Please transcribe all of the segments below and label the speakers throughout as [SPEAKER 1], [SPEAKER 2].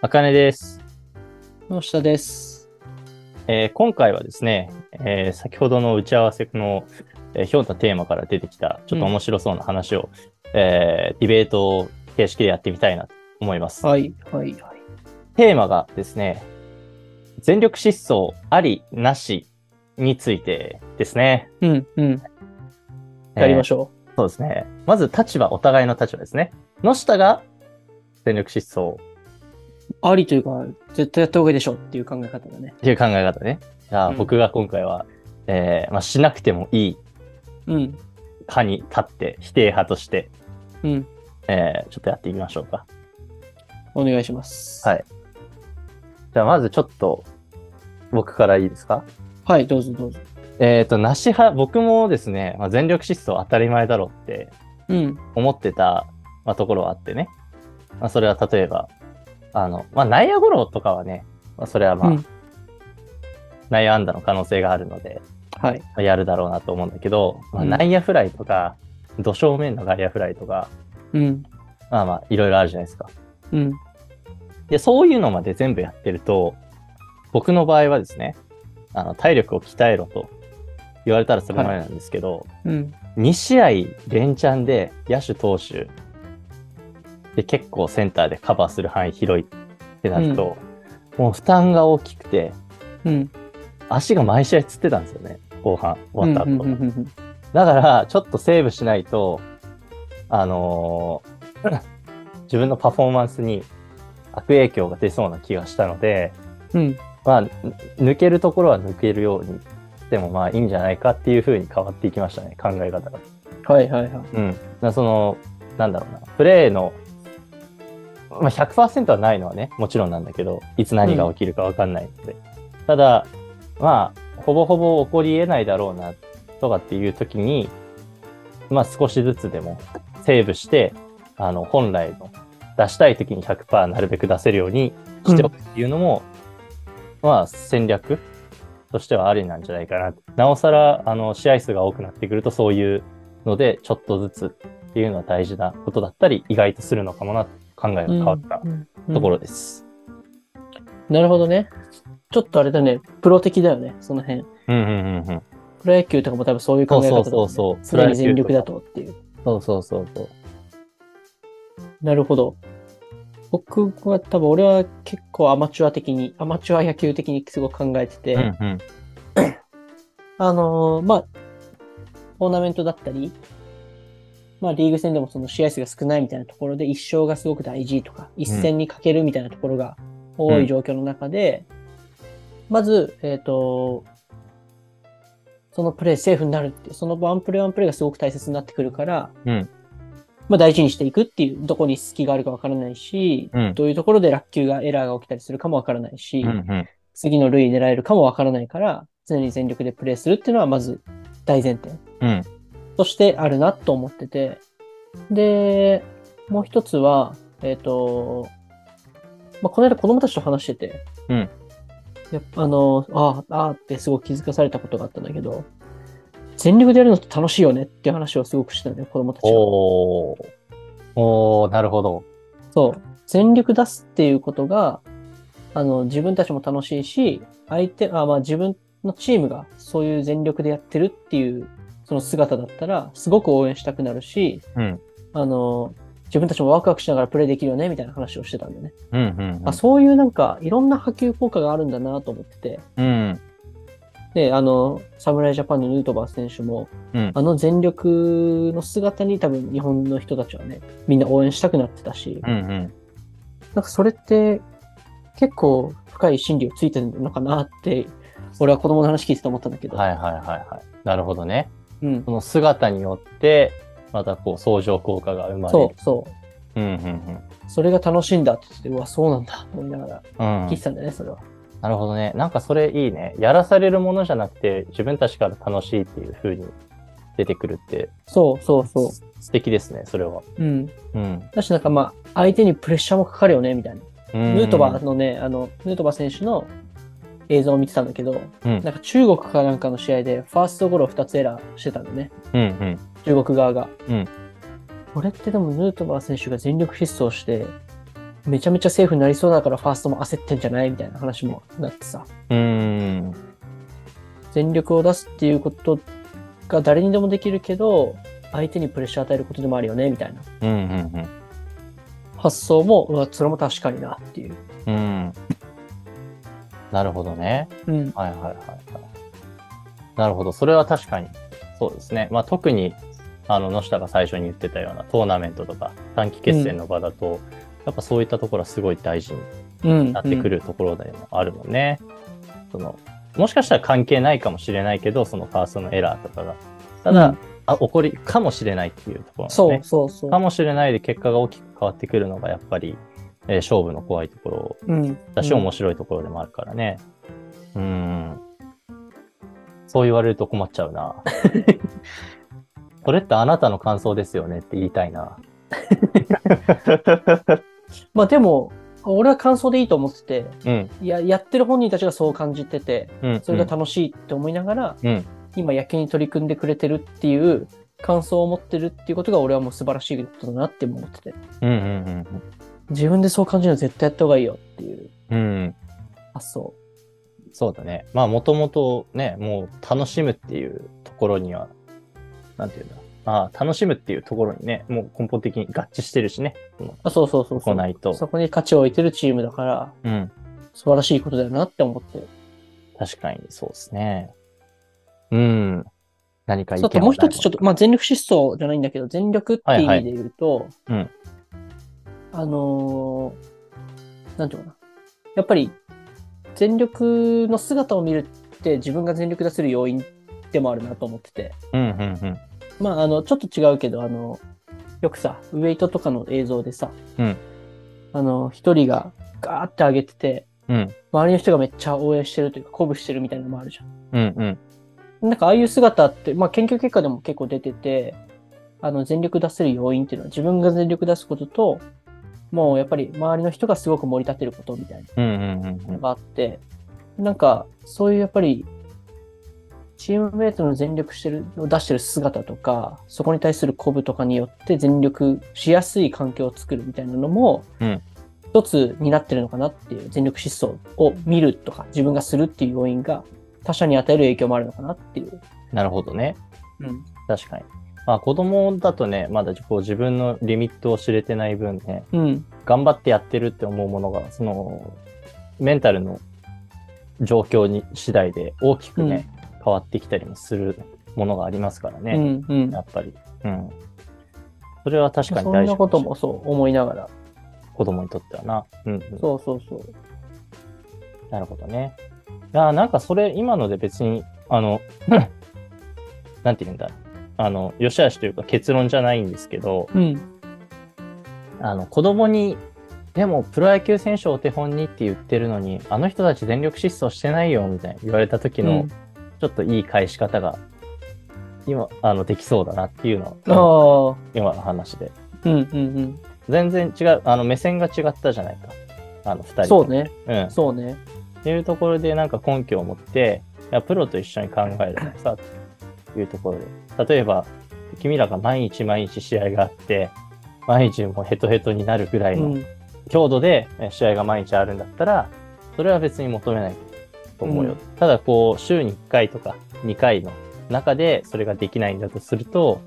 [SPEAKER 1] あかねです、
[SPEAKER 2] の下です。
[SPEAKER 1] えー今回はですね、えー先ほどの打ち合わせの、えー、ひょんなテーマから出てきた、ちょっと面白そうな話を、えーディベート形式でやってみたいなと思います。
[SPEAKER 2] はい、はい、はい。
[SPEAKER 1] テーマがですね、全力疾走ありなしについてですね。
[SPEAKER 2] うん、うん。やりましょ
[SPEAKER 1] えーそうですね。まず立場、お互いの立場ですね。野下が全力疾走
[SPEAKER 2] う。ありというか、絶対やった方がいいでしょっていう考え方だね。
[SPEAKER 1] っていう考え方ね。じゃあ
[SPEAKER 2] うん
[SPEAKER 1] 僕が今回は、えーまあ、しなくてもいい
[SPEAKER 2] うん、
[SPEAKER 1] かに立って否定派として、
[SPEAKER 2] うん。
[SPEAKER 1] えーちょっとやっていきましょうか。
[SPEAKER 2] お願いします。
[SPEAKER 1] はいじゃあまずちょっと僕からいいですか
[SPEAKER 2] はい、どうぞどうぞ。
[SPEAKER 1] えっ、と、なし派、僕もですね、まあ、全力疾走当たり前だろうって
[SPEAKER 2] うん、
[SPEAKER 1] 思ってた、まあ、ところはあってね。まあ、それは例えば、あの、まあ、内野ゴロとかはね、まあ、それはまあ、
[SPEAKER 2] うん
[SPEAKER 1] 内野安打の可能性があるので、
[SPEAKER 2] はい。
[SPEAKER 1] まあやるだろうなと思うんだけど、まあ、
[SPEAKER 2] うん
[SPEAKER 1] 内野フライとか、土正面の外野フライとか、
[SPEAKER 2] うん、
[SPEAKER 1] まあまあ、いろいろあるじゃないですか。
[SPEAKER 2] うん、
[SPEAKER 1] で、そういうのまで全部やってると、僕の場合はですね、あの体力を鍛えろと言われたらそれまでなんですけど、
[SPEAKER 2] うん。
[SPEAKER 1] 2試合連チャンで野手投手で結構センターでカバーする範囲広いってなると、もう負担が大きくて、
[SPEAKER 2] うん、
[SPEAKER 1] 足が毎試合つってたんですよね、後半終わった後。
[SPEAKER 2] うんうんうん
[SPEAKER 1] だから、ちょっとセーブしないと、あのー 自分のパフォーマンスに悪影響が出そうな気がしたので、
[SPEAKER 2] うんうん、
[SPEAKER 1] まあ、ぬ抜けるところは抜けるようにでもまあいいんじゃないかっていう風に変わっていきましたね考え方が。
[SPEAKER 2] はい、はい、はい。
[SPEAKER 1] うん、だからそのなんだろうなプレーの、まあ、100%はないのはねもちろんなんだけどいつ何が起きるか分かんないので、ただまあほぼほぼ起こりえないだろうなとかっていう時にまあ少しずつでもセーブしてあの本来の出したい時に100%なるべく出せるようにしておくっていうのも、まあ戦略としてはありなんじゃないかななおさらあの試合数が多くなってくるとそういうのでちょっとずつっていうのは大事なことだったり意外とするのかもなって考えが変わった
[SPEAKER 2] うん
[SPEAKER 1] ところです。
[SPEAKER 2] なるほどね。ちょっとあれだね、プロ的だよね、その辺。
[SPEAKER 1] うんうんうんうん。
[SPEAKER 2] プロ野球とかも多分そういう考え方だよね
[SPEAKER 1] そうそうそうそう
[SPEAKER 2] 常に全力だとっていう。
[SPEAKER 1] そうそうそうそう。
[SPEAKER 2] なるほど。僕は多分俺は結構アマチュア的に、アマチュア野球的にすごく考えてて、
[SPEAKER 1] うんうん
[SPEAKER 2] あのーまあ、トーナメントだったり、まあリーグ戦でもその試合数が少ないみたいなところで一勝がすごく大事とか、一戦にかけるみたいなところが多い状況の中で、まず、えっ、と、そのプレーセーフになるって、そのワンプレーワンプレーがすごく大切になってくるから、
[SPEAKER 1] うん
[SPEAKER 2] まあ大事にしていくっていう、どこに隙があるかわからないし、
[SPEAKER 1] うん
[SPEAKER 2] どういうところで落球がエラーが起きたりするかもわからないし、
[SPEAKER 1] うんうん
[SPEAKER 2] 次の類狙えるかもわからないから、常に全力でプレーするっていうのはまず大前提
[SPEAKER 1] うん
[SPEAKER 2] としてあるなと思ってて。で、もう一つは、えっ、と、まあ、この間子供たちと話してて、
[SPEAKER 1] うん
[SPEAKER 2] やっぱあの、ああ、ああってすごい気づかされたことがあったんだけど、全力でやるのって楽しいよねっていう話をすごくしてたんだよ、子供たちが。
[SPEAKER 1] おーおーなるほど。
[SPEAKER 2] そう。全力出すっていうことが、あの、自分たちも楽しいし、相手、あ、まあ自分のチームがそういう全力でやってるっていう、その姿だったら、すごく応援したくなるし、
[SPEAKER 1] うん
[SPEAKER 2] あの、自分たちもワクワクしながらプレーできるよね、みたいな話をしてたんだよね。
[SPEAKER 1] うんうん
[SPEAKER 2] あ、そういうなんか、いろんな波及効果があるんだなと思ってて、
[SPEAKER 1] うん
[SPEAKER 2] で、あの、侍ジャパンのヌートバー選手も、
[SPEAKER 1] うん
[SPEAKER 2] あの全力の姿に多分日本の人たちはね、みんな応援したくなってたし、
[SPEAKER 1] うんうん
[SPEAKER 2] なんかそれって結構深い心理をついてるのかなって、俺は子供の話聞いてて思ったんだけど。
[SPEAKER 1] はいはいはいはい。なるほどね。
[SPEAKER 2] うん
[SPEAKER 1] そ。の姿によってまたこう相乗効果が生まれ
[SPEAKER 2] そ
[SPEAKER 1] る。
[SPEAKER 2] うそう。
[SPEAKER 1] うんうん
[SPEAKER 2] それが楽しいんだって言ってて、うわ、そうなんだと思いながら
[SPEAKER 1] うんうん
[SPEAKER 2] 聞いてたんだよね、それは。
[SPEAKER 1] なるほどね。なんかそれいいね。やらされるものじゃなくて、自分たちから楽しいっていう風に出てくるって、
[SPEAKER 2] そうそうそ
[SPEAKER 1] す素敵ですね、それは。
[SPEAKER 2] う。うん。
[SPEAKER 1] うん。
[SPEAKER 2] だしなんかまあ、相手にプレッシャーもかかるよね、みたいな。ヌートバーのね、あの、ヌートバー選手の映像を見てたんだけど、
[SPEAKER 1] うん
[SPEAKER 2] なんか中国かなんかの試合で、ファーストゴロ2つエラーしてたんだよね。
[SPEAKER 1] うんうん。
[SPEAKER 2] 中国側が。
[SPEAKER 1] うん
[SPEAKER 2] これってでもヌートバー選手が全力疾走して、めちゃめちゃセーフになりそうだからファーストも焦ってんじゃないみたいな話もなってさ、
[SPEAKER 1] うーん。
[SPEAKER 2] 全力を出すっていうことが誰にでもできるけど、相手にプレッシャー与えることでもあるよね、みたいな
[SPEAKER 1] うんうん
[SPEAKER 2] 発想も、うわ、それも確かになっていう。
[SPEAKER 1] うん。うん。なるほどね。
[SPEAKER 2] うん。
[SPEAKER 1] はいはいはいはい。なるほど。それは確かに。そうですね。まあ特に、あの、野下が最初に言ってたようなトーナメントとか短期決戦の場だと、やっぱそういったところはすごい大事に
[SPEAKER 2] うん。
[SPEAKER 1] なってくるところでもあるもんね。その、もしかしたら関係ないかもしれないけど、そのファーストのエラーとかが。ただ、
[SPEAKER 2] うん
[SPEAKER 1] あ、起こりかもしれないっていうところ、
[SPEAKER 2] うん。
[SPEAKER 1] ね。
[SPEAKER 2] そうそうそう
[SPEAKER 1] か。もしれないで結果が大きく変わってくるのがやっぱり、えー勝負の怖いところ
[SPEAKER 2] うん。
[SPEAKER 1] だし、面白いところでもあるからね。うーん。そう言われると困っちゃう な。それってあなたの感想ですよねって言いたいな。
[SPEAKER 2] まあでも、俺は感想でいいと思ってて、
[SPEAKER 1] うん。
[SPEAKER 2] いややってる本人たちがそう感じてて、
[SPEAKER 1] うん。
[SPEAKER 2] それが楽しいって思いながら、
[SPEAKER 1] うん。
[SPEAKER 2] 今野球に取り組んでくれてるっていう感想を持ってるっていうことが俺はもう素晴らしいことだなって思ってて。
[SPEAKER 1] うん。うん。
[SPEAKER 2] 自分でそう感じるの絶対やった方がいいよっていう
[SPEAKER 1] うん。うん。
[SPEAKER 2] 発想。
[SPEAKER 1] そうだね。まあ、もともとね、もう楽しむっていうところには、なんていうんだ。ああ、楽しむっていうところにね、もう根本的に合致してるしね。
[SPEAKER 2] あそうそうそうそ
[SPEAKER 1] こ
[SPEAKER 2] う。
[SPEAKER 1] ないと。
[SPEAKER 2] そこに価値を置いてるチームだから、
[SPEAKER 1] うん。
[SPEAKER 2] 素晴らしいことだよなって思ってる。
[SPEAKER 1] 確かにそうですね。うん。何か意見
[SPEAKER 2] そうあともう一つちょっ
[SPEAKER 1] と。
[SPEAKER 2] と、まあ、全力疾走じゃないんだけど、全力っていう意味で言うと、
[SPEAKER 1] はいうん
[SPEAKER 2] あのーなんていうのかな。やっぱり、全力の姿を見るって自分が全力出せる要因でもあるなと思ってて。
[SPEAKER 1] うんうん
[SPEAKER 2] まあ、あの、ちょっと違うけど、あの、よくさ、ウェイトとかの映像でさ、
[SPEAKER 1] うん
[SPEAKER 2] あの、一人がガーって上げてて、
[SPEAKER 1] うん。うん
[SPEAKER 2] 周りの人がめっちゃ応援してるというか、鼓舞してるみたいなのもあるじゃん。
[SPEAKER 1] うんうん。
[SPEAKER 2] なんかああいう姿って、まあ、研究結果でも結構出てて、あの全力出せる要因っていうのは自分が全力出すことと、もうやっぱり周りの人がすごく盛り立てることみたいな
[SPEAKER 1] うんうんうんう
[SPEAKER 2] の
[SPEAKER 1] ん。
[SPEAKER 2] があって、なんかそういうやっぱりチームメイトの全力してる、を出してる姿とか、そこに対する鼓舞とかによって全力しやすい環境を作るみたいなのも
[SPEAKER 1] うん、
[SPEAKER 2] 一つになってるのかなっていう、全力疾走を見るとか、自分がするっていう要因が他者に与える影響もあるのかなっていう。
[SPEAKER 1] なるほどね。
[SPEAKER 2] うん、
[SPEAKER 1] 確かに。まあ子供だとね、まだこう自分のリミットを知れてない分ね、
[SPEAKER 2] うん、
[SPEAKER 1] 頑張ってやってるって思うものが、その、メンタルの状況に次第で大きくね、変わってきたりもするものがありますから
[SPEAKER 2] う
[SPEAKER 1] ね、
[SPEAKER 2] ん、うん。
[SPEAKER 1] やっぱり。うん。それは確かに
[SPEAKER 2] そ
[SPEAKER 1] 大
[SPEAKER 2] ん
[SPEAKER 1] 事
[SPEAKER 2] な
[SPEAKER 1] か
[SPEAKER 2] こ
[SPEAKER 1] もしれ
[SPEAKER 2] と
[SPEAKER 1] ない
[SPEAKER 2] もそう思いながら。
[SPEAKER 1] 子供にとってはな。うん、うん。
[SPEAKER 2] そうそうそう。
[SPEAKER 1] なるほどね。いやー、なんかそれ、今ので別に、あの、 なんて言うんだあの、よしあしというか結論じゃないんですけど、
[SPEAKER 2] うん、
[SPEAKER 1] あの、子供に、でもプロ野球選手をお手本にって言ってるのに、あの人たち全力疾走してないよ、みたいに言われた時
[SPEAKER 2] う
[SPEAKER 1] の
[SPEAKER 2] ん、
[SPEAKER 1] ちょっといい返し方が、今、あの、できそうだなっていうのは、
[SPEAKER 2] ああ、
[SPEAKER 1] 今の話で。
[SPEAKER 2] うん、うん、
[SPEAKER 1] 全然違う、あの、目線が違ったじゃないか。あの、二人。
[SPEAKER 2] うん。そう。ね、
[SPEAKER 1] うん。
[SPEAKER 2] そうね。
[SPEAKER 1] っていうところでなんか根拠を持って、いや、プロと一緒に考えるのさ、というところで。例えば、君らが毎日毎日試合があって、毎日もうヘトヘトになるぐらいうの
[SPEAKER 2] ん、
[SPEAKER 1] 強度でえ試合が毎日あるんだったら、それは別に求めないと思うよ。
[SPEAKER 2] うん
[SPEAKER 1] ただこう、週に1回とか2回の中でそれができないんだとすると、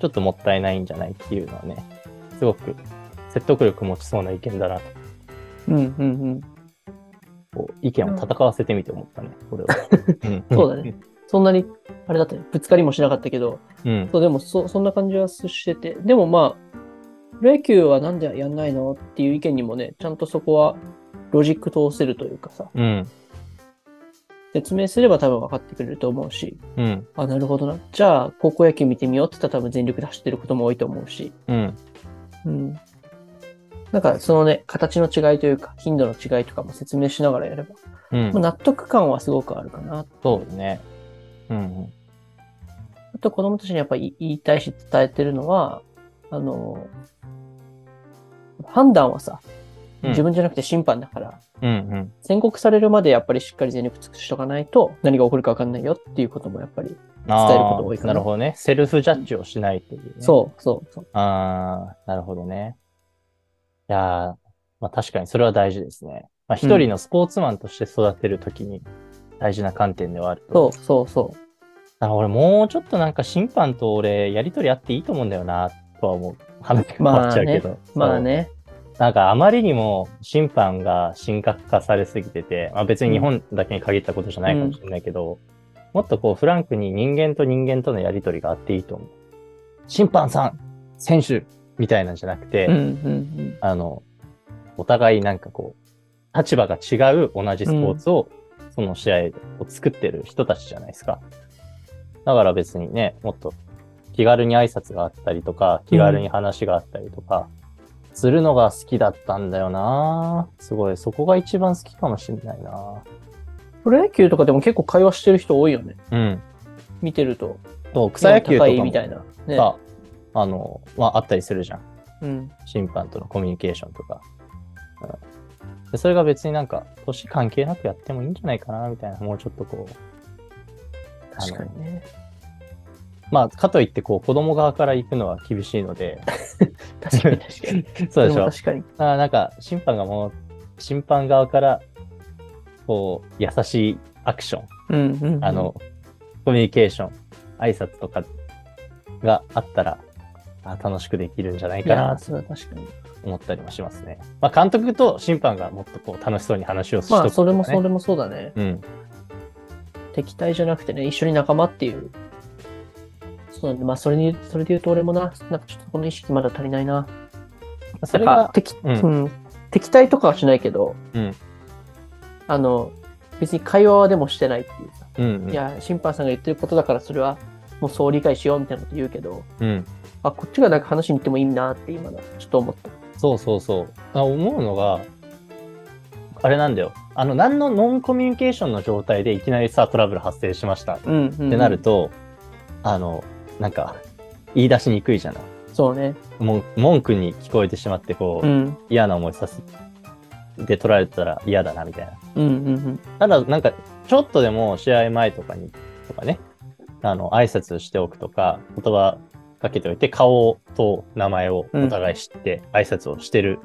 [SPEAKER 1] ちょっともったいないんじゃないっていうのはね、すごく説得力持ちそうな意見だなと
[SPEAKER 2] うん、うん、うん。
[SPEAKER 1] こう意見を戦わせてみて思ったね、これ は。
[SPEAKER 2] そうだね。そんなに、あれだったね、ぶつかりもしなかったけど、
[SPEAKER 1] うん。
[SPEAKER 2] そう、でもそ、そんな感じはしてて、でもまあ、プロ野球はなんでやんないのっていう意見にもね、ちゃんとそこはロジック通せるというかさ、
[SPEAKER 1] うん。
[SPEAKER 2] 説明すれば多分分かってくれると思うし、
[SPEAKER 1] うん。
[SPEAKER 2] あ、なるほどな。じゃあ、高校野球見てみようって言ったら多分全力で走ってることも多いと思うし、
[SPEAKER 1] うん。
[SPEAKER 2] うん。なんかそのね、形の違いというか、頻度の違いとかも説明しながらやれば、
[SPEAKER 1] う
[SPEAKER 2] まあ
[SPEAKER 1] ん。
[SPEAKER 2] 納得感はすごくあるかな。
[SPEAKER 1] そうだね。うん。
[SPEAKER 2] あと子供たちにやっぱり言いたいし伝えてるのは、あの、判断はさ、
[SPEAKER 1] うん
[SPEAKER 2] 自分じゃなくて審判だから、
[SPEAKER 1] うん。
[SPEAKER 2] 宣告されるまでやっぱりしっかり全力尽くしとかないと、何が起こるか分かんないよっていうこともやっぱり、
[SPEAKER 1] あー
[SPEAKER 2] 伝えること多いかな
[SPEAKER 1] なるほどね。セルフジャッジをしないという、ね。
[SPEAKER 2] そうそうそう。
[SPEAKER 1] う。ああ、なるほどね。いやーまあ確かにそれは大事ですね。まあ一人のスポーツマンとして育てるときに大事な観点ではあると。
[SPEAKER 2] そうそうそ
[SPEAKER 1] だから俺もうちょっとなんか審判と俺やりとりあっていいと思うんだよな、とは思う。話が変わっちゃうけど。
[SPEAKER 2] う。まあね。
[SPEAKER 1] なんかあまりにも審判が神格化されすぎてて、まあ、別に日本だけに限ったことじゃないかもしれないけど、もっとこうフランクに人間と人間とのやりとりがあっていいと思う。審判さん選手みたいなんじゃなくて、
[SPEAKER 2] うんうん
[SPEAKER 1] あの、お互いなんかこう、立場が違う同じスポーツを、その試合を作ってる人たちじゃないですか。だから別にね、もっと気軽に挨拶があったりとか、気軽に話があったりとか、するのが好きだったんだよなすごい、そこが一番好きかもしれないな
[SPEAKER 2] うん。プロ野球とかでも結構会話してる人多いよね。
[SPEAKER 1] うん。
[SPEAKER 2] 見てると。
[SPEAKER 1] と草野球とか
[SPEAKER 2] 高い
[SPEAKER 1] も
[SPEAKER 2] みたいな。ね。
[SPEAKER 1] さ、あの、まあ、あったりするじゃん。
[SPEAKER 2] うん。
[SPEAKER 1] 審判とのコミュニケーションとか。うん、でそれが別になんか、年関係なくやってもいいんじゃないかな、みたいな、もうちょっとこう。あの
[SPEAKER 2] 確かにね。
[SPEAKER 1] まあ、かといって、こう、子供側から行くのは厳しいので、
[SPEAKER 2] 確かに確か に。
[SPEAKER 1] そうでし
[SPEAKER 2] も
[SPEAKER 1] ょ。
[SPEAKER 2] 確かに。
[SPEAKER 1] あなんか、審判がもう、審判側から、こう、優しいアクション、
[SPEAKER 2] うんうんうん。
[SPEAKER 1] あの、コミュニケーション、挨拶とかがあったら、あ楽しくできるんじゃない
[SPEAKER 2] い
[SPEAKER 1] か
[SPEAKER 2] や
[SPEAKER 1] な
[SPEAKER 2] ー、それは確かに。
[SPEAKER 1] 思ったりもしますね。まあ、監督と審判がもっとこう楽しそうに話をしと
[SPEAKER 2] ま
[SPEAKER 1] く
[SPEAKER 2] あ、
[SPEAKER 1] と
[SPEAKER 2] そ
[SPEAKER 1] かね
[SPEAKER 2] れもそれもそうだね。
[SPEAKER 1] うん。
[SPEAKER 2] 敵対じゃなくてね、一緒に仲間っていう。そうなんで、まあ、それに、それで言うと俺もな、なんかちょっとこの意識まだ足りないな。
[SPEAKER 1] それ
[SPEAKER 2] なん
[SPEAKER 1] が
[SPEAKER 2] か、敵、
[SPEAKER 1] う
[SPEAKER 2] うんん、敵対とかはしないけど、
[SPEAKER 1] うん
[SPEAKER 2] あの、別に会話はでもしてないっていうさ、
[SPEAKER 1] うん
[SPEAKER 2] いや、審判さんが言ってることだからそれは、もうそう理解しようみたいなこと言うけど、
[SPEAKER 1] うん、うん。
[SPEAKER 2] あ、こっちがなんか話に行ってもいいなって今の、ちょっと思った。
[SPEAKER 1] そうそうそう。あ思うのが、あれなんだよ。あの、何のノンコミュニケーションの状態でいきなりさ、トラブル発生しましたっ
[SPEAKER 2] うん、うん。
[SPEAKER 1] てなると、あの、なんか、言い出しにくいじゃない。
[SPEAKER 2] そうね。
[SPEAKER 1] もん文句に聞こえてしまって、こう、
[SPEAKER 2] うん。
[SPEAKER 1] 嫌な思いさせて取られたら嫌だな、みたいな。
[SPEAKER 2] うん、うん、
[SPEAKER 1] ただ、なんか、ちょっとでも試合前とかに、とかね、あの、挨拶しておくとか、言葉かけておいて、顔と名前をお互い知って、挨拶をしてる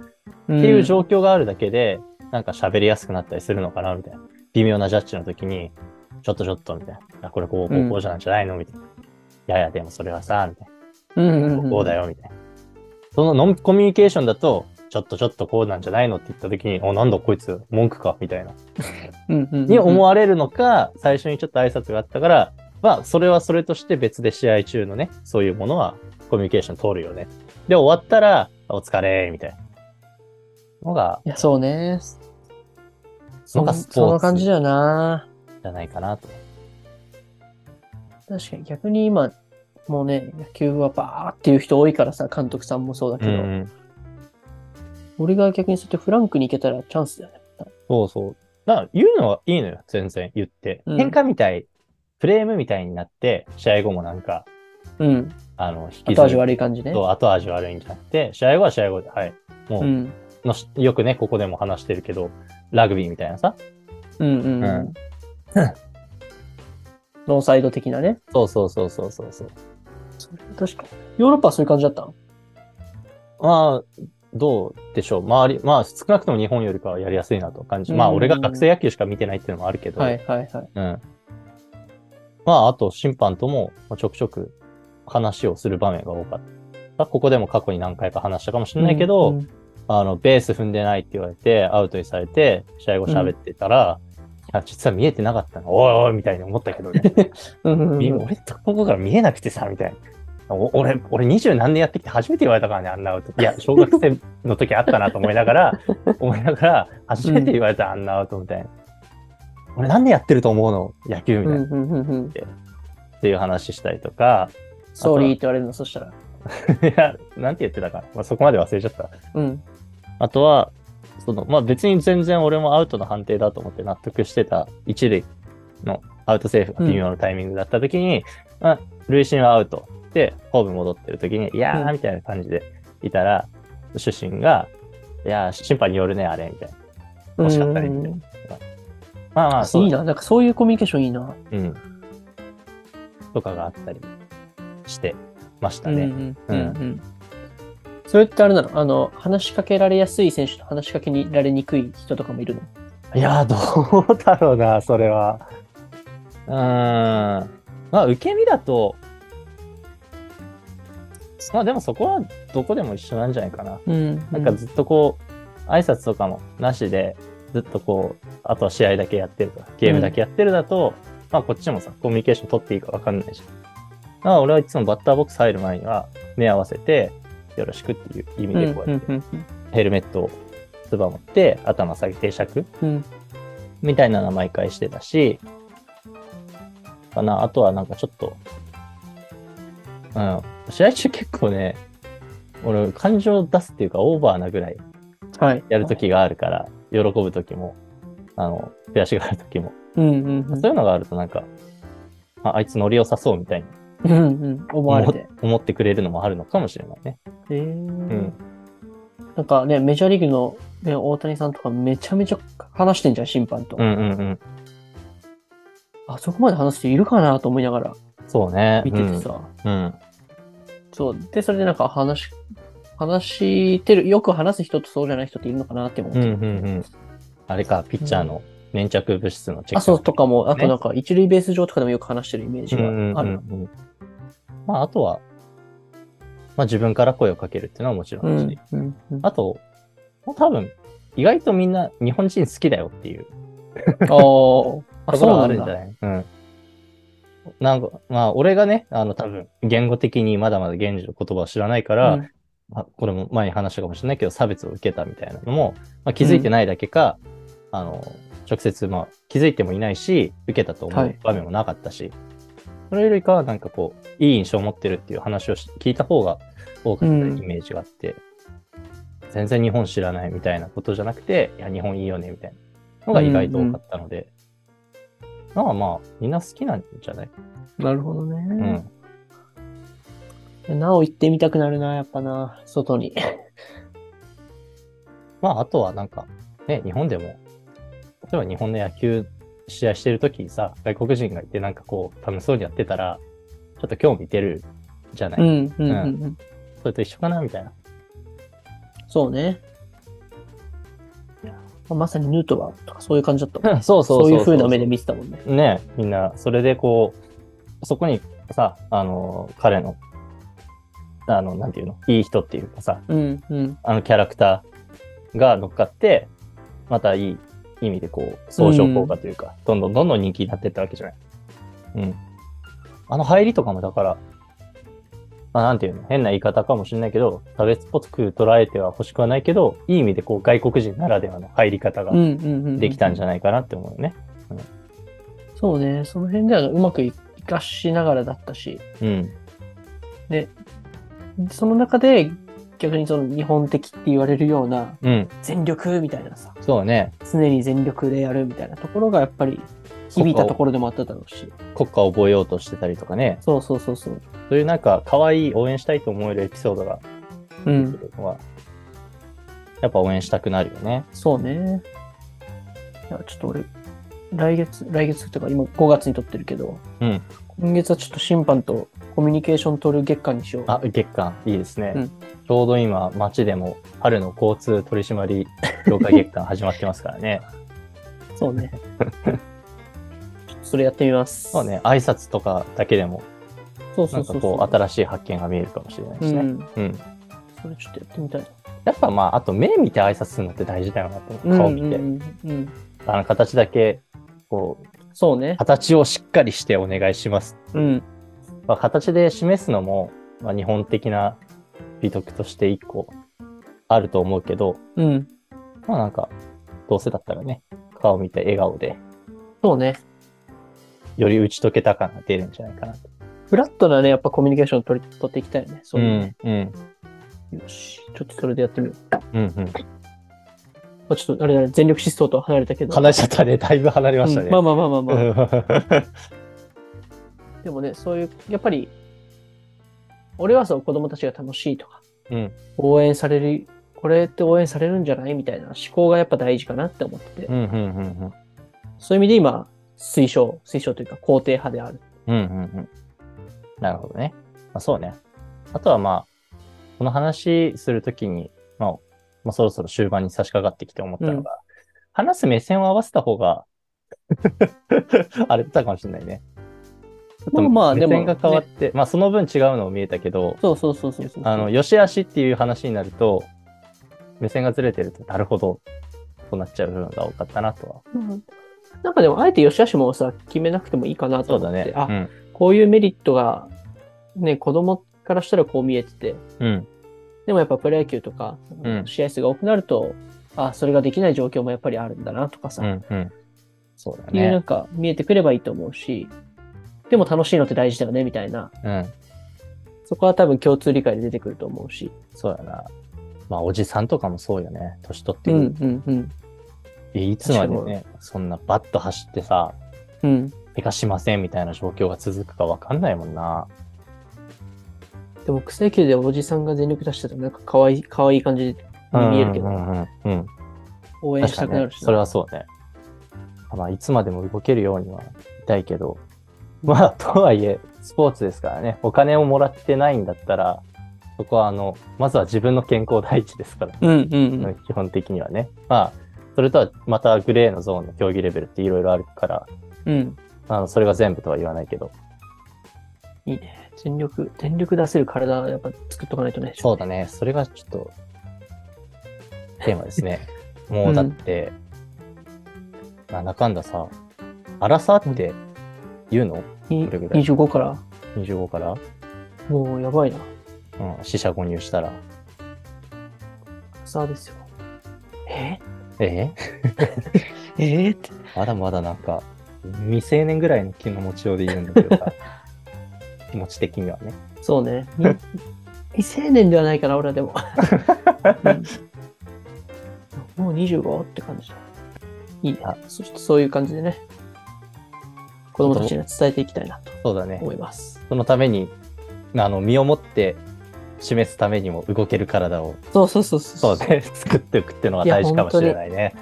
[SPEAKER 2] うん。
[SPEAKER 1] っていう状況があるだけで、なんか喋りやすくなったりするのかな、みたいな。微妙なジャッジの時に、ちょっとちょっと、みたいな。あこれこう、こ
[SPEAKER 2] う
[SPEAKER 1] うんこうじゃなんじゃないのみたいな。いやいや、でもそれはさ、みたい
[SPEAKER 2] うん、うんうん、
[SPEAKER 1] な。こうだよ、みたいな。そのノンコミュニケーションだと、ちょっとちょっとこうなんじゃないのって言った時に、お、なんだこいつ、文句か、みたいな。
[SPEAKER 2] うん、うん。
[SPEAKER 1] に思
[SPEAKER 2] わ
[SPEAKER 1] われるのか、最初にちょっと挨拶があったから、まあ、それはそれとして別で試合中のね、そういうものはコミュニケーション取るよね。で、終わったら、お疲れ、みたいな。のが、
[SPEAKER 2] いや、そうね。
[SPEAKER 1] のが
[SPEAKER 2] そ
[SPEAKER 1] ス
[SPEAKER 2] んそん
[SPEAKER 1] ポ
[SPEAKER 2] な
[SPEAKER 1] ー
[SPEAKER 2] 感
[SPEAKER 1] ツ
[SPEAKER 2] じ
[SPEAKER 1] じ
[SPEAKER 2] だよな。
[SPEAKER 1] ゃないかなと。
[SPEAKER 2] 確かに逆に今、もうね、野球はバーっていう人多いからさ、監督さんもそうだ
[SPEAKER 1] う
[SPEAKER 2] けど、
[SPEAKER 1] ん。
[SPEAKER 2] 俺が逆にそうやってフランクに行けたらチャンスだよね。
[SPEAKER 1] そうそう。だから言うのはいいのよ、全然言って。
[SPEAKER 2] うん
[SPEAKER 1] 喧嘩みたい、フレームみたいになって、試合後もなんか、
[SPEAKER 2] うん。
[SPEAKER 1] あの、引き
[SPEAKER 2] 後味
[SPEAKER 1] ずる
[SPEAKER 2] 悪い感じね。
[SPEAKER 1] と後味悪いんじゃなくて、試合後は試合後で、はい。もう、
[SPEAKER 2] うん。
[SPEAKER 1] のしよくね、ここでも話してるけど、ラグビーみたいなさ、
[SPEAKER 2] うんうん
[SPEAKER 1] う
[SPEAKER 2] うんん。 ノーサイド的なね。
[SPEAKER 1] そうそうそうそうそうそう。
[SPEAKER 2] 確かに。ヨーロッパはそういう感じだったの
[SPEAKER 1] まあ、どうでしょう。周り、まあ、少なくとも日本よりかはやりやすいなと感じ。まあ、
[SPEAKER 2] うん
[SPEAKER 1] 俺が学生野球しか見てないっていうのもあるけど、
[SPEAKER 2] はいはいはい。
[SPEAKER 1] うん。まあ、あと、審判ともまあちょくちょく話をする場面が多かった。ここでも過去に何回か話したかもしれないけど、
[SPEAKER 2] うんうん
[SPEAKER 1] あの、ベース踏んでないって言われて、アウトにされて、試合後喋ってたら、いや、実は見えてなかったの。おいおいみたいに思ったけどね。
[SPEAKER 2] うんうんうん
[SPEAKER 1] み俺とここが見えなくてさ、みたいな。お俺、俺二十何年やってきて初めて言われたからね、あんなアウト。いや、小学生の時あったなと思いなが ら、思いながら、初めて言われた、あんなアウトみたいな。俺なんでやってると思うの野球み
[SPEAKER 2] う
[SPEAKER 1] たい
[SPEAKER 2] ん
[SPEAKER 1] な、っ
[SPEAKER 2] うんうんうん。
[SPEAKER 1] ていう話したりとか、
[SPEAKER 2] ソーリーって言われるの、そしたら。
[SPEAKER 1] いや、なんて言ってたか、まあ、そこまで忘れちゃった。
[SPEAKER 2] うん。
[SPEAKER 1] あとは、その、まあ別に全然俺もアウトの判定だと思って納得してた一塁のアウトセーフが微妙なタイミングだった時に、あ、塁審はアウト。で、ホーム戻ってる時に、いや
[SPEAKER 2] う
[SPEAKER 1] ー、みたいな感じでいたら、主審が、いやー、審判によるね、あれ、みたいな。惜しかったね、みたいな。まあまあ、そう
[SPEAKER 2] いいな。なんかそういうコミュニケーションいいな。
[SPEAKER 1] うん。とかがあったりしてました
[SPEAKER 2] うんう
[SPEAKER 1] ね。
[SPEAKER 2] んうんうんうん。それってあれなのあの、話しかけられやすい選手と話しかけられにくい人とかもいるの
[SPEAKER 1] いやー、どうだろうな、それは。うーん。まあ、受け身だと、まあでもそこはどこでも一緒なんじゃないかな。
[SPEAKER 2] うん。
[SPEAKER 1] なんかずっとこう、挨拶とかもなしで、ずっとこう、あとは試合だけやってるとか、ゲームだけやってるだと、まあこっちもさ、コミュニケーション取っていいか分かんないじゃん。だから俺はいつもバッターボックス入る前には、目合わせて、よろしくっていう意味でこうやって、ヘルメットをつば持って、頭下げて定く
[SPEAKER 2] うん。
[SPEAKER 1] みたいなのは毎回してたし、かな、あとはなんかちょっと、うん、試合中結構ね、俺、感情出すっていうか、オーバーなぐらい
[SPEAKER 2] はい。
[SPEAKER 1] やるときがあるから、喜ぶときも、あの、悔しがるときも、
[SPEAKER 2] うんうんうん
[SPEAKER 1] そういうのがあるとなんか、ああいつ乗り良さそうみたいに
[SPEAKER 2] うんうん。思われて。
[SPEAKER 1] 思ってくれるのもあるのかもしれないね。
[SPEAKER 2] へえ
[SPEAKER 1] うん。
[SPEAKER 2] なんかね、メジャーリーグの、ね、大谷さんとかめちゃめちゃ話してんじゃん、審判と。
[SPEAKER 1] うんうんうん。
[SPEAKER 2] あそこまで話す人いるかなと思いながら
[SPEAKER 1] そうね。
[SPEAKER 2] 見ててさ。
[SPEAKER 1] うん。うん。
[SPEAKER 2] そう。で、それでなんか話、話してる、よく話す人とそうじゃない人っているのかなって思っ
[SPEAKER 1] うん
[SPEAKER 2] て。
[SPEAKER 1] うんうん。あれか、ピッチャーの粘着物質のチェック。
[SPEAKER 2] あ、そうとかも、あと
[SPEAKER 1] ね
[SPEAKER 2] なんか一塁ベース上とかでもよく話してるイメージがある。
[SPEAKER 1] うんうんうんまあ、あとは、まあ自分から声をかけるっていうのはもちろ
[SPEAKER 2] うん
[SPEAKER 1] だし、
[SPEAKER 2] んうんうん
[SPEAKER 1] あと、もう多分、意外とみんな日本人好きだよっていう
[SPEAKER 2] あーあ、
[SPEAKER 1] とこ
[SPEAKER 2] そう
[SPEAKER 1] ろが
[SPEAKER 2] な
[SPEAKER 1] あるん
[SPEAKER 2] ん
[SPEAKER 1] じゃ
[SPEAKER 2] だ。
[SPEAKER 1] ないうん。なんか、まあ、俺がね、あの、多分、言語的にまだまだ現地の言葉を知らないから、
[SPEAKER 2] うん
[SPEAKER 1] あこれも前に話したかもしれないけど、差別を受けたみたいなのも、まあ、気づいてないだけか、あの、直接、まあ、気づいてもいないし、受けたと思
[SPEAKER 2] は
[SPEAKER 1] う
[SPEAKER 2] い
[SPEAKER 1] 場面もなかったし、それよりかは、なんかこう、いい印象を持ってるっていう話をし聞いた方が多かったイ
[SPEAKER 2] うん
[SPEAKER 1] メージがあって、全然日本知らないみたいなことじゃなくて、いや、日本いいよね、みたいなのが意外と多かったので、まあまあ、みんな好きなんじゃない
[SPEAKER 2] なるほどね。
[SPEAKER 1] うん。
[SPEAKER 2] なお行ってみたくなるな、やっぱな、外に。
[SPEAKER 1] まあ、あとはなんか、ね、日本でも、例えば日本の野球試合してるときにさ、外国人がいてなんかこう、楽しそうにやってたら、ちょっと興味出るじゃない、
[SPEAKER 2] うん、うん、うんうん。
[SPEAKER 1] それと一緒かなみたいな。
[SPEAKER 2] そうね。まあまさにヌートバーとかそういう感じだったもん。
[SPEAKER 1] そう
[SPEAKER 2] そういう風な目で見てたもんね。
[SPEAKER 1] ね、みんな、それでこう、そこにさ、あの、彼の、あの、なんていうの、いい人っていうかさ、
[SPEAKER 2] うん、うん。
[SPEAKER 1] あのキャラクターが乗っかって、またいい意味でこう、相乗効果というか、どんどんどんどん人気になってったわけじゃない。うん。あの入りとかもだから、まあなんていうの、変な言い方かもしれないけど、差別っぽく捉えては欲しくはないけど、いい意味でこう、外国人ならではの入り方が
[SPEAKER 2] うん、うん、うん。
[SPEAKER 1] できたんじ
[SPEAKER 2] ゃ
[SPEAKER 1] ゃないかなって思うよね。
[SPEAKER 2] そうね。その辺ではうまく活かしながらだったし、
[SPEAKER 1] うん。
[SPEAKER 2] その中で逆にその日本的って言われるような
[SPEAKER 1] うん。
[SPEAKER 2] 全力みたいなさ、
[SPEAKER 1] そうね。
[SPEAKER 2] 常に全力でやるみたいなところがやっぱり響いたところでもあっただろうし。
[SPEAKER 1] 国家を覚えようとしてたりとかね、
[SPEAKER 2] そうそうそうそう。
[SPEAKER 1] そういうなんか可愛い応援したいと思えるエピソードがあ
[SPEAKER 2] うん。
[SPEAKER 1] るのは、やっぱ応援したくなるよね。
[SPEAKER 2] そうね。いや、ちょっと俺、来月、来月というか今5月に撮ってるけど、
[SPEAKER 1] うん。
[SPEAKER 2] 今月はちょっと審判とコミュニケーション取る月間にしよう。
[SPEAKER 1] あ、月間、いいですね。
[SPEAKER 2] うん
[SPEAKER 1] ちょうど今、街でも春の交通取締強化月間始まってますから ね。
[SPEAKER 2] そうね。ちょっとそれやってみます。
[SPEAKER 1] そう。ね、挨拶とかだけでも、
[SPEAKER 2] そうそ
[SPEAKER 1] な
[SPEAKER 2] うん
[SPEAKER 1] か
[SPEAKER 2] そう
[SPEAKER 1] こ、
[SPEAKER 2] そう
[SPEAKER 1] 新しい発見が見えるかもしれないし
[SPEAKER 2] う
[SPEAKER 1] ね。
[SPEAKER 2] ん。
[SPEAKER 1] うん。
[SPEAKER 2] それちょっとやってみたいな。
[SPEAKER 1] やっぱまあ、あと目見て挨拶するのって大事だよなと思う。顔見て。
[SPEAKER 2] うんうんうんうん
[SPEAKER 1] あの、形だけ、こう、
[SPEAKER 2] そうね。
[SPEAKER 1] 形をしっかりしてお願いします
[SPEAKER 2] うん。
[SPEAKER 1] まあ、形で示すのも、まあ、日本的な美徳として一個あると思うけど、
[SPEAKER 2] うん。
[SPEAKER 1] まあなんか、どうせだったらね、顔見て笑顔で、
[SPEAKER 2] そうね。
[SPEAKER 1] より打ち解けた感が出るんじゃないかなと。
[SPEAKER 2] フラットなね、やっぱコミュニケーション取り取っていきたいよね。そういうね、
[SPEAKER 1] うん、うん、
[SPEAKER 2] よし。ちょっとそれでやってみよう。
[SPEAKER 1] うん、
[SPEAKER 2] まあちょっとあれだね、全力疾走とは離れたけ
[SPEAKER 1] うん。
[SPEAKER 2] ど。
[SPEAKER 1] 離れちゃったね。だいぶ離れましたね。
[SPEAKER 2] うんまあまあまあまあまあ。
[SPEAKER 1] うん
[SPEAKER 2] でもね、そういう、やっぱり、俺はそう、子供たちが楽しいとか、
[SPEAKER 1] うん、
[SPEAKER 2] 応援される、これって応援されるんじゃないみたいな思考がやっぱ大事かなって思ってて、
[SPEAKER 1] うん、うん、うん、
[SPEAKER 2] そういう意味で今、推奨、推奨というか、肯定派である。
[SPEAKER 1] うん、うん。なるほどね。まあ、そうね。あとはまあ、この話するときに、まあ、まあ、そろそろ終盤に差し掛かってきて思ったのが、話す目線を合わせた方が あれだったかもしれないね。ちょっと
[SPEAKER 2] まあまあで
[SPEAKER 1] 目線
[SPEAKER 2] も
[SPEAKER 1] が変わって、まあその分違うのも見えたけど、
[SPEAKER 2] そうそうそうそうそう。
[SPEAKER 1] あの、よし悪しっていう話になると、目線がずれてると、なるほど、となっちゃう部分が多かったなとは。
[SPEAKER 2] うんなんかでも、あえて吉橋もさ、決めなくてもいいかなと
[SPEAKER 1] そう
[SPEAKER 2] 思
[SPEAKER 1] だ
[SPEAKER 2] って。
[SPEAKER 1] ね。
[SPEAKER 2] あ、こういうメリットが、ね、子供からしたらこう見えてて、
[SPEAKER 1] うん。うん。
[SPEAKER 2] でもやっぱプロ野球とか、
[SPEAKER 1] うん
[SPEAKER 2] 試合数が多くなると、あ、それができない状況もやっぱりあるんだなとかさ、
[SPEAKER 1] うん。うん。そうだ
[SPEAKER 2] いうなん
[SPEAKER 1] ね。
[SPEAKER 2] か見えてくればいいと思うし、でも楽しいのって大事だよね、みたいな。
[SPEAKER 1] うん。
[SPEAKER 2] そこは多分共通理解で出てくると思うし。
[SPEAKER 1] そうだな。まあ、おじさんとかもそうよね。年取って
[SPEAKER 2] う
[SPEAKER 1] く
[SPEAKER 2] ん
[SPEAKER 1] る、
[SPEAKER 2] うんうん。
[SPEAKER 1] でいつまでね、そんなバッと走ってさ、
[SPEAKER 2] うん。
[SPEAKER 1] 怪我しませんみたいな状況が続くかわかんないもんな。
[SPEAKER 2] でも草野球でおじさんが全力出してたらなんか可愛い、可愛い感じに見えるけど、
[SPEAKER 1] うんうんうん、うん。
[SPEAKER 2] 応援
[SPEAKER 1] 確
[SPEAKER 2] し
[SPEAKER 1] か
[SPEAKER 2] た
[SPEAKER 1] に
[SPEAKER 2] くな
[SPEAKER 1] ね
[SPEAKER 2] る、しな
[SPEAKER 1] それはそうね。まあ、いつまでも動けるようには痛いけど、まあ、とはいえ、スポーツですからね、お金をもらってないんだったら、そこは、あの、まずは自分の健康第一ですから、
[SPEAKER 2] うんうんうん。
[SPEAKER 1] 基本的にはね。まあ、それとはまたグレーのゾーンの競技レベルっていろいろあるから、
[SPEAKER 2] うん。
[SPEAKER 1] あのそれが全部とは言わないけど、
[SPEAKER 2] いいね。全力、全力出せる体やっぱ作っとかないとね。
[SPEAKER 1] そうだね。それがちょっと、テーマです ね。もうだって、なんだかんださ、アラサーって言うの
[SPEAKER 2] い
[SPEAKER 1] どれぐらい
[SPEAKER 2] 25から、
[SPEAKER 1] ?25 から、
[SPEAKER 2] もうやばいな。
[SPEAKER 1] うん、死者購入したら。
[SPEAKER 2] さあですよ。え
[SPEAKER 1] え
[SPEAKER 2] えって。
[SPEAKER 1] ーまだまだなんか、未成年ぐらいの気の持ちようで言うんだけど さ、気持ち的にはね。
[SPEAKER 2] そうね。み 未成年ではないかな、俺はでも。 うんもう 25? って感じだ。いいね
[SPEAKER 1] あ。
[SPEAKER 2] そしてそういう感じでね、子供たちには伝えていきたいなと
[SPEAKER 1] そうだね。
[SPEAKER 2] 思います。
[SPEAKER 1] そのために、あの、身をもって示すためにも動ける体を、
[SPEAKER 2] そうそうそうそ。
[SPEAKER 1] そううね、作っておくっていうのが大事かもしれないね。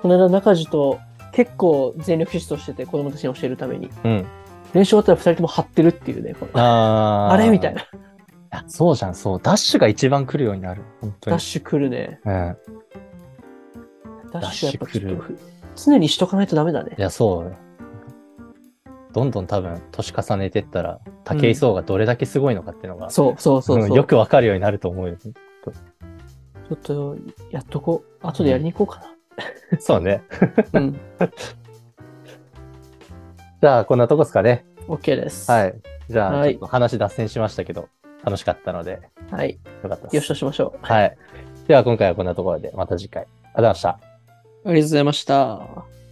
[SPEAKER 2] この間、中地と結構全力疾走してて、子供たちに教えるために。
[SPEAKER 1] うん。
[SPEAKER 2] 練習終わったら2人とも張ってるっていうね、これ
[SPEAKER 1] あ
[SPEAKER 2] あ
[SPEAKER 1] ー
[SPEAKER 2] れみたいな。
[SPEAKER 1] あそうじゃん、そう。ダッシュが一番来るようになる。本当
[SPEAKER 2] ダ
[SPEAKER 1] に
[SPEAKER 2] ッ。シュ来るね。
[SPEAKER 1] うん。
[SPEAKER 2] ダッシュやっぱちょっ
[SPEAKER 1] ダッ
[SPEAKER 2] と、常にしとかないとダメだね
[SPEAKER 1] い。や、そう。どんどん多分、年重ねてったら、武井壮がどれだけすごいのかっていうのが、
[SPEAKER 2] そうそうそうそう。
[SPEAKER 1] うんよくわかるようになると思うよ。
[SPEAKER 2] ちょっと、やっとこう。後でやりに行こうか
[SPEAKER 1] そうね。
[SPEAKER 2] な。うん。
[SPEAKER 1] じゃあ、こんなとこですかね。
[SPEAKER 2] OK です。。
[SPEAKER 1] はいい。じゃあ、
[SPEAKER 2] は
[SPEAKER 1] ち
[SPEAKER 2] い
[SPEAKER 1] ょっと話脱線しましたけど、楽しかったので、
[SPEAKER 2] はい。
[SPEAKER 1] よかったで
[SPEAKER 2] よし
[SPEAKER 1] す。
[SPEAKER 2] としましょう。
[SPEAKER 1] はい。では、今回はこんなところで、また次回。ありがとうございました。
[SPEAKER 2] ありがとうございました。